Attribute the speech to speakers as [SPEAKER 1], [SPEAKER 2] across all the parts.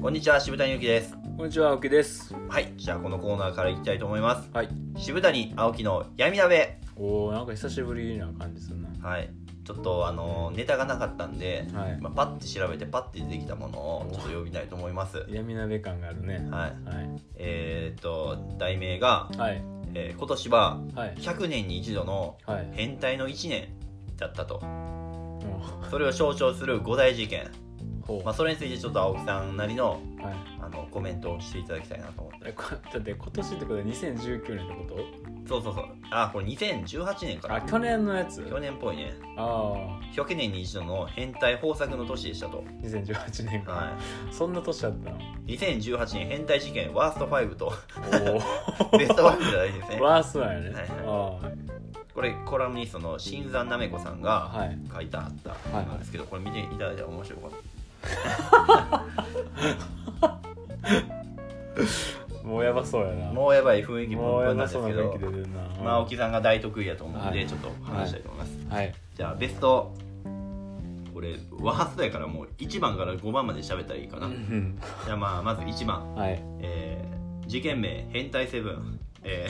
[SPEAKER 1] こんにちは渋谷ゆきです
[SPEAKER 2] こんにちは、青木です。
[SPEAKER 1] はいじゃあこのコーナーからいきたいと思います
[SPEAKER 2] はい。
[SPEAKER 1] 渋谷青木の闇鍋
[SPEAKER 2] おお、なんか久しぶりな感じするな。
[SPEAKER 1] はいちょっとあのネタがなかったんで、
[SPEAKER 2] はい。
[SPEAKER 1] まあ、パッて調べてパッて出てきたものをちょっと読みたいと思います
[SPEAKER 2] 闇鍋感があるね。
[SPEAKER 1] はい
[SPEAKER 2] はい。
[SPEAKER 1] えー、っと題名が、
[SPEAKER 2] はい。
[SPEAKER 1] えー今年は
[SPEAKER 2] はい。
[SPEAKER 1] 100年に一度の
[SPEAKER 2] はい。
[SPEAKER 1] 変態の1年だったと
[SPEAKER 2] も
[SPEAKER 1] それを象徴する5大事件、
[SPEAKER 2] うほう。
[SPEAKER 1] まあ、それについてちょっと青木さんなりの
[SPEAKER 2] はい。
[SPEAKER 1] あのコメントをしていただきたいなと思って
[SPEAKER 2] え、こだって今年ってことは2019年ってこ
[SPEAKER 1] そうそうそうあこれ2018年か
[SPEAKER 2] とあ、
[SPEAKER 1] な
[SPEAKER 2] 去年のやつ
[SPEAKER 1] 去年っぽいね
[SPEAKER 2] ああ、
[SPEAKER 1] 100年に一度の変態豊作の年でしたと、
[SPEAKER 2] 2018年か。
[SPEAKER 1] は
[SPEAKER 2] そんな年だった
[SPEAKER 1] い、2018年変態事件ワースト5と
[SPEAKER 2] の
[SPEAKER 1] ベスト5じゃないですね
[SPEAKER 2] おお、ワーストなんやね
[SPEAKER 1] はい。
[SPEAKER 2] あ
[SPEAKER 1] これコラムニストの新山なめこさん
[SPEAKER 2] あ、
[SPEAKER 1] が
[SPEAKER 2] はい。
[SPEAKER 1] 書いたあった本なんですけど、これ見ていただいたら面白いかっ
[SPEAKER 2] もうやばそうや
[SPEAKER 1] た
[SPEAKER 2] な。
[SPEAKER 1] もうやばい雰囲気
[SPEAKER 2] も
[SPEAKER 1] もン
[SPEAKER 2] うや
[SPEAKER 1] ブンな
[SPEAKER 2] ば
[SPEAKER 1] んで
[SPEAKER 2] そう
[SPEAKER 1] すけ
[SPEAKER 2] な雰囲気出
[SPEAKER 1] ど
[SPEAKER 2] てるな。
[SPEAKER 1] まあ青木さんが大得意やと思うん
[SPEAKER 2] は
[SPEAKER 1] で
[SPEAKER 2] い
[SPEAKER 1] ちょっと話したいと思います、
[SPEAKER 2] はい。
[SPEAKER 1] じゃあベストこれワーストやからもう1番から5番まで喋ったらいいかな、
[SPEAKER 2] うん
[SPEAKER 1] じゃあまあまず1番
[SPEAKER 2] はい。
[SPEAKER 1] えー事件名変態セブン、え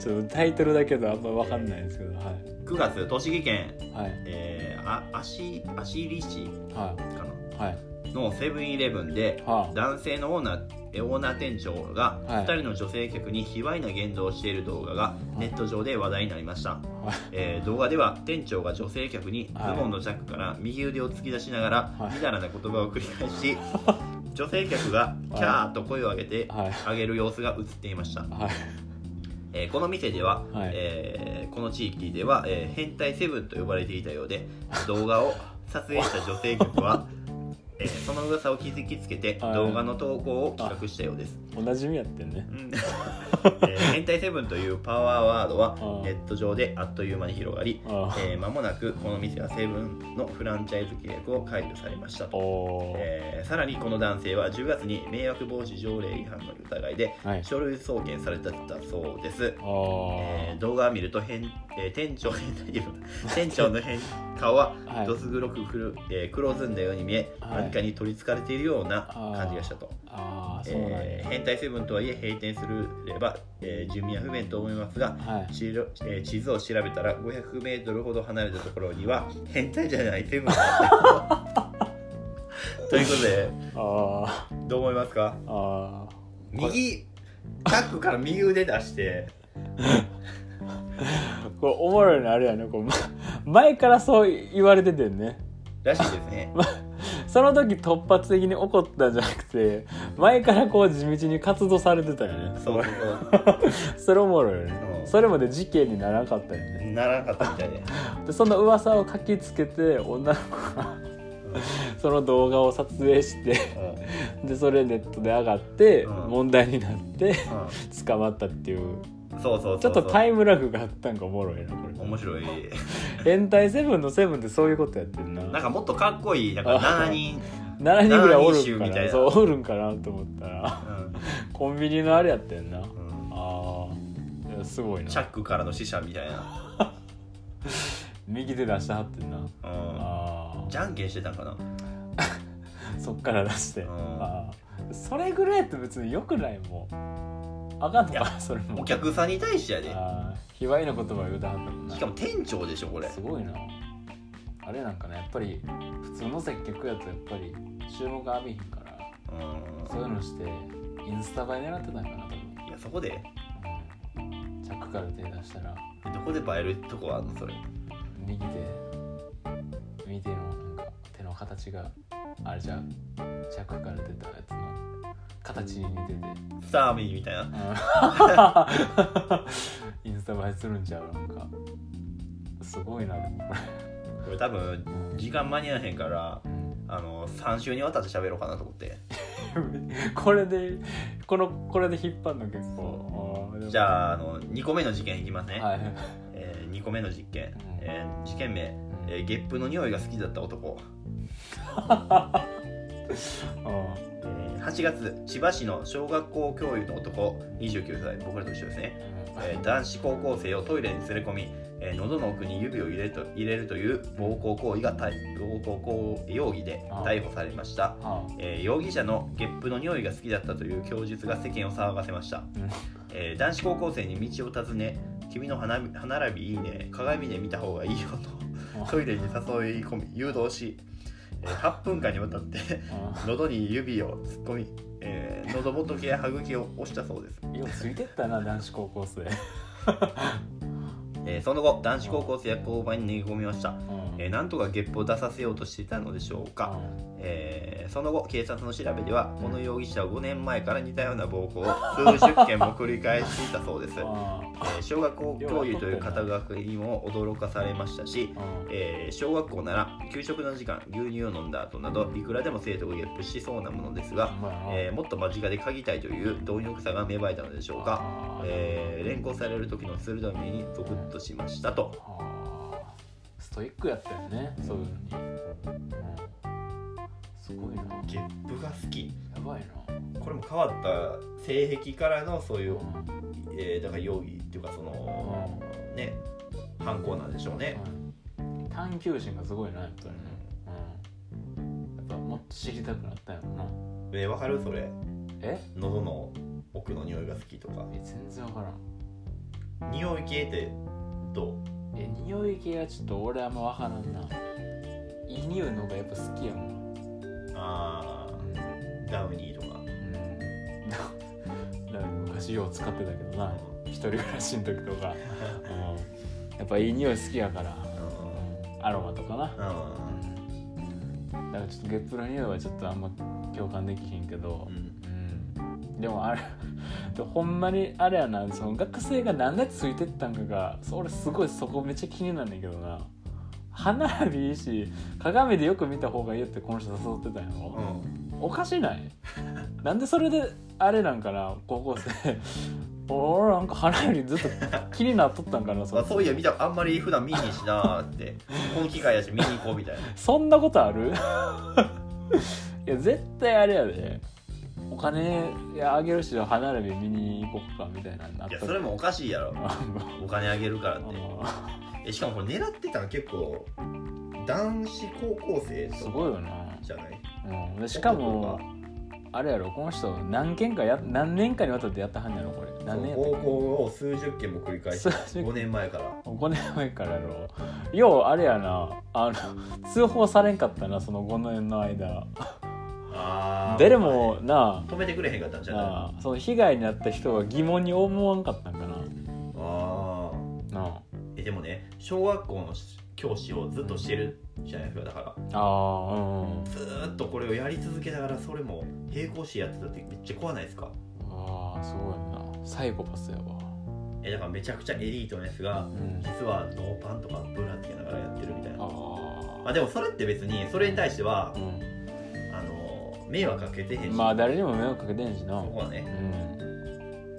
[SPEAKER 2] ちょっとタイトルだけどあんまわかんないですけど、は
[SPEAKER 1] ー9月栃木県、
[SPEAKER 2] い。はい。
[SPEAKER 1] えー、あ足足利市
[SPEAKER 2] は
[SPEAKER 1] か
[SPEAKER 2] い。はい。
[SPEAKER 1] なのセブンイレブンで
[SPEAKER 2] はあ。
[SPEAKER 1] 男性のオーナーえーオーナー店長が
[SPEAKER 2] はい
[SPEAKER 1] 2人の女性客に卑猥な言動をしている動画がネット上で話題になりました、
[SPEAKER 2] はい
[SPEAKER 1] えー動画では店長が女性客にズ
[SPEAKER 2] はい
[SPEAKER 1] ボンのジャックから右腕を突き出しながら
[SPEAKER 2] はい
[SPEAKER 1] みだらな言葉を繰り返し女性客がキャーと声を上げて
[SPEAKER 2] はい
[SPEAKER 1] あげる様子が映っていました
[SPEAKER 2] はい
[SPEAKER 1] えーこの店では、
[SPEAKER 2] はい
[SPEAKER 1] えーこの地域では、えー変態セブンと呼ばれていたよう で動画を撮影した女性客は、えーその噂を気づきつけて
[SPEAKER 2] はい
[SPEAKER 1] 動画の投稿を企画したようです、
[SPEAKER 2] おなじみやってんね
[SPEAKER 1] うんえー変態セブンというパワーワードは
[SPEAKER 2] うん
[SPEAKER 1] ネット上であっという間に広がり、
[SPEAKER 2] あ
[SPEAKER 1] えー間もなくこの店はセブンのフランチャイズ契約を解除されました
[SPEAKER 2] あおー
[SPEAKER 1] えーさらにこの男性は10月に迷惑防止条例違反の疑いで
[SPEAKER 2] はい
[SPEAKER 1] 書類送検されたそうです
[SPEAKER 2] あ
[SPEAKER 1] えー
[SPEAKER 2] ー
[SPEAKER 1] 動画を見ると変、えー店長変態 店長の変顔は
[SPEAKER 2] はい
[SPEAKER 1] どす黒くくる、えー黒ずんだように見え、
[SPEAKER 2] はい
[SPEAKER 1] 何かに取りつかれているような
[SPEAKER 2] あー
[SPEAKER 1] 感じがしたと。
[SPEAKER 2] あーそうなんや
[SPEAKER 1] えー変態セブンとはいえ閉店すれば、えー住民は不便と思いますが
[SPEAKER 2] はい
[SPEAKER 1] 地図えー地図を調べたら 500m ほど離れたところには変態じゃないセブンがあ ったということで
[SPEAKER 2] あー
[SPEAKER 1] どう思いますか
[SPEAKER 2] あ
[SPEAKER 1] 右タックから右腕出して
[SPEAKER 2] ーこれおもろいのあれやねこうま前からそう言われててんね
[SPEAKER 1] らしいです ね。
[SPEAKER 2] その時突発的に怒ったんじゃなくて前からこう地道に活動されてたよね
[SPEAKER 1] そうそうそう
[SPEAKER 2] それおもろいよ
[SPEAKER 1] うん
[SPEAKER 2] ねそれまで事件にならなかったよね
[SPEAKER 1] ならなかったみたいで
[SPEAKER 2] でその噂を書きつけて女の子がその動画を撮影して でそれネットで上がって
[SPEAKER 1] うん
[SPEAKER 2] 問題になって
[SPEAKER 1] う
[SPEAKER 2] 捕まったっていうん
[SPEAKER 1] そうそうそう
[SPEAKER 2] ちょっとタ
[SPEAKER 1] イ
[SPEAKER 2] イムラグがあったんかおもろいなこ
[SPEAKER 1] 面白い
[SPEAKER 2] れ変態セブンのセブンってそういうことやってんな
[SPEAKER 1] なんかもっとかっこいいなんか7人、
[SPEAKER 2] 7人ぐらいお
[SPEAKER 1] 七
[SPEAKER 2] る
[SPEAKER 1] 人衆
[SPEAKER 2] ん
[SPEAKER 1] み
[SPEAKER 2] か
[SPEAKER 1] たい
[SPEAKER 2] な
[SPEAKER 1] な
[SPEAKER 2] そうおるんかなと思ったら コンビニのあれやってん
[SPEAKER 1] う
[SPEAKER 2] な
[SPEAKER 1] んうん
[SPEAKER 2] あーいやすごい
[SPEAKER 1] チャッ
[SPEAKER 2] な
[SPEAKER 1] クからの死者みたいな、
[SPEAKER 2] 右手出してはってんな
[SPEAKER 1] うん、
[SPEAKER 2] あ
[SPEAKER 1] じゃんけんしてたんかな
[SPEAKER 2] ーそっから出して
[SPEAKER 1] うん
[SPEAKER 2] あーそれぐらいやと別によくないもうあかんの
[SPEAKER 1] い
[SPEAKER 2] かなそれも
[SPEAKER 1] お客さんに対してやで
[SPEAKER 2] あー卑猥な言葉を言うたはったもんな
[SPEAKER 1] しかも店長でしょこれ
[SPEAKER 2] すごいなあれなんかねやっぱり普通の接客やとやっぱり注目浴びひんから
[SPEAKER 1] うん
[SPEAKER 2] そういうのしてインスタ映え狙ってたんかな多分、
[SPEAKER 1] いやそこで
[SPEAKER 2] うん、チャックから手出したら
[SPEAKER 1] どこで映えるとこはあんのそれ
[SPEAKER 2] 右手右手のなんか手の形があれじゃんチャックから出たやつの形に似てて、
[SPEAKER 1] スターミーみたいな
[SPEAKER 2] うんインスタ映えするんちゃうなんかすごいなでもこ
[SPEAKER 1] これ多分
[SPEAKER 2] れ、
[SPEAKER 1] 時間間に合わへんから
[SPEAKER 2] うん
[SPEAKER 1] あの3週にわたって喋ろうかなと思って
[SPEAKER 2] これでこのこれで引っ張るの結構あーでも
[SPEAKER 1] じゃああの2個目の事件いきますね、
[SPEAKER 2] はい
[SPEAKER 1] え2個目の実験、
[SPEAKER 2] ん
[SPEAKER 1] えー事件名、えーゲップの匂いが好きだった男、えー8月千葉市の小学校教諭の男29歳僕らと一緒ですね、えー男子高校生をトイレに連れ込み、えー喉の奥に指を入れると入れるという暴行行為が逮暴行行為容疑で逮捕されました、
[SPEAKER 2] は
[SPEAKER 1] えー容疑者のゲップの匂いが好きだったという供述が世間を騒がせました、
[SPEAKER 2] うん
[SPEAKER 1] えー男子高校生に道を尋ね「君の花び歯並びいいね鏡で見た方がいいよ」
[SPEAKER 2] あ
[SPEAKER 1] とトイレに誘い込み誘導し、えー8分間にわたって
[SPEAKER 2] あ
[SPEAKER 1] 喉に指を突っ込み、えー喉元や歯茎を押したそうです、
[SPEAKER 2] うんようついてったな男子高校生、
[SPEAKER 1] えーその後男子高校生や交番に逃げ込みました、
[SPEAKER 2] うん
[SPEAKER 1] えーなんとかゲップを出させようとしていたのでしょうか、えーその後警察の調べではこの容疑者は5年前から似たような暴行を数十件も繰り返していたそうです、
[SPEAKER 2] う
[SPEAKER 1] え
[SPEAKER 2] んあ
[SPEAKER 1] ー小学校教諭という肩書きにも驚かされましたし
[SPEAKER 2] ーうん
[SPEAKER 1] えー小学校なら給食の時間牛乳を飲んだ後などいくらでも生徒がゲップしそうなものですが、
[SPEAKER 2] ほんまやな
[SPEAKER 1] えーもっと間近で嗅ぎたいという貪欲さが芽生えたのでしょうか、
[SPEAKER 2] あー
[SPEAKER 1] えー連行される時の鋭い目にゾクッとしましたと
[SPEAKER 2] あーストイックやったよねそういうのに、うん、すごいな
[SPEAKER 1] ゲップが好き
[SPEAKER 2] やばいな
[SPEAKER 1] これも変わった性癖からのそうい
[SPEAKER 2] うん
[SPEAKER 1] う、えーだから容疑っていうかそのね犯行なんでしょうね、
[SPEAKER 2] うん探求心がすごいなやっぱりね、うん、やっぱもっと知りたくなったよな
[SPEAKER 1] えーわかるそれ
[SPEAKER 2] え
[SPEAKER 1] 喉の奥の匂いが好きとか
[SPEAKER 2] え全然分からん
[SPEAKER 1] 匂い系ってどう
[SPEAKER 2] え匂い系はちょっと俺あんま分からんないい匂いの方がやっぱ好きやもん、
[SPEAKER 1] あ
[SPEAKER 2] うん
[SPEAKER 1] ーダウニーとか
[SPEAKER 2] うん、だから昔よう使ってたけどな一人暮らしの時とか、うん、やっぱいい匂い好きやから、うん、アロマとかな、
[SPEAKER 1] うんうん
[SPEAKER 2] だからちょっとゲップの匂いはちょっとあんま共感できひんけど、うん、でもあれ ほんまにあれやなその学生がなんでついてったんかがそ俺すごいそこめっちゃ気になんねんけどな花火いいし鏡でよく見た方がいいよってこの人誘ってたんやろ、
[SPEAKER 1] うん
[SPEAKER 2] おかしない なんでそれであれなんかな高校生 俺なんか花よりずっと気になっとったんかなそ
[SPEAKER 1] まあ、そういや見たあんまり普段見にしなー ってこの機会やし見に行こうみたいな
[SPEAKER 2] そんなことある いや絶対あれやでお金いやあげるし花並び見に行こうかみたいなのになっ
[SPEAKER 1] い
[SPEAKER 2] た
[SPEAKER 1] やそれもおかしいやろ
[SPEAKER 2] あの
[SPEAKER 1] お金あげるからっ
[SPEAKER 2] あ
[SPEAKER 1] て
[SPEAKER 2] の
[SPEAKER 1] えしかもこれ狙ってたの結構男子高校生とか
[SPEAKER 2] すごいよな、
[SPEAKER 1] じゃない
[SPEAKER 2] うん、でしかもあれやろこの人何件かや何年かにわたってやったはんやろこれ
[SPEAKER 1] そ
[SPEAKER 2] 何
[SPEAKER 1] の
[SPEAKER 2] 年や
[SPEAKER 1] 高校を数十件も繰り返して
[SPEAKER 2] 数十
[SPEAKER 1] 5年前から
[SPEAKER 2] 5年前からやろようあれやなあの通報されんかったなその5年の間
[SPEAKER 1] あ
[SPEAKER 2] 誰もな
[SPEAKER 1] 止めてくれへんかったんじゃないあ
[SPEAKER 2] あその被害に遭った人は疑問に思わんかったんかな
[SPEAKER 1] あ
[SPEAKER 2] な
[SPEAKER 1] ーえでもね小学校の教師をずっとしてるじゃないですかだから
[SPEAKER 2] ああーうん
[SPEAKER 1] ずーっとこれをやり続けながらそれも並行してやってたってめっちゃ怖ないですか
[SPEAKER 2] ああそうやんなサイコパスやわ
[SPEAKER 1] えだからめちゃくちゃエリートのやつが
[SPEAKER 2] うん
[SPEAKER 1] 実はノーパンとかブラつけながらやってるみたいなま
[SPEAKER 2] あ
[SPEAKER 1] あでもそれって別にそれに対しては
[SPEAKER 2] あう
[SPEAKER 1] あの迷惑かけてへんし、
[SPEAKER 2] んまあ誰にも迷惑かけてんしな
[SPEAKER 1] そこは
[SPEAKER 2] う
[SPEAKER 1] ね
[SPEAKER 2] ん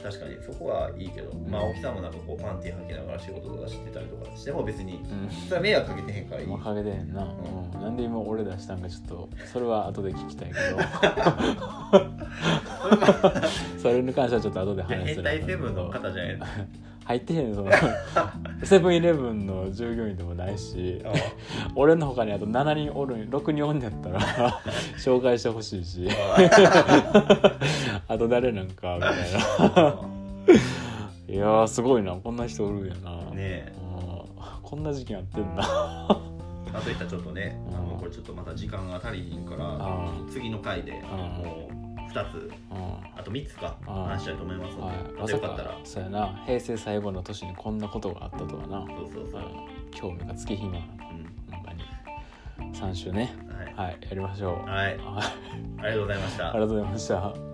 [SPEAKER 1] 確かにそこはいいけど、まあ、青木さんもなんかこうパンティー履きながら仕事とかしてたりとかしても別に
[SPEAKER 2] うん
[SPEAKER 1] それは迷惑かけてへんからいい
[SPEAKER 2] まあかけてへんな、
[SPEAKER 1] ん
[SPEAKER 2] うん、なんで今俺出したんかちょっとそれは後で聞きたいけ どそれに関してはちょっと後で
[SPEAKER 1] いや
[SPEAKER 2] 話す
[SPEAKER 1] 変
[SPEAKER 2] る
[SPEAKER 1] 態セブンの方じゃない
[SPEAKER 2] 入ってへんそのセブンイレブンの従業員でもないし
[SPEAKER 1] あ
[SPEAKER 2] 俺のほかにあと7人おるん6人おんねやったら紹介してほしいしあと誰なんかみたい ないやーすごいなこんな人おるんやな、
[SPEAKER 1] あねえ
[SPEAKER 2] あーこんな事件やってんな
[SPEAKER 1] あといったらちょっとねあのこれちょっとまた時間が足りひんから
[SPEAKER 2] あ
[SPEAKER 1] 次の回でもう2つ
[SPEAKER 2] ーうん
[SPEAKER 1] あと3つか
[SPEAKER 2] あ
[SPEAKER 1] 話したいと思いますの
[SPEAKER 2] は
[SPEAKER 1] で
[SPEAKER 2] い、
[SPEAKER 1] ま
[SPEAKER 2] ま
[SPEAKER 1] た
[SPEAKER 2] さ
[SPEAKER 1] よかったら
[SPEAKER 2] かそうやな平成最後の年にこんなことがあったとはな、
[SPEAKER 1] そうそうそう、
[SPEAKER 2] うん興味が尽きひんわ
[SPEAKER 1] う
[SPEAKER 2] ほんまに3週ね
[SPEAKER 1] んはい、
[SPEAKER 2] はいやりましょう
[SPEAKER 1] はい、あ
[SPEAKER 2] はい、
[SPEAKER 1] りがとうございまし
[SPEAKER 2] あ
[SPEAKER 1] た
[SPEAKER 2] りがとうございました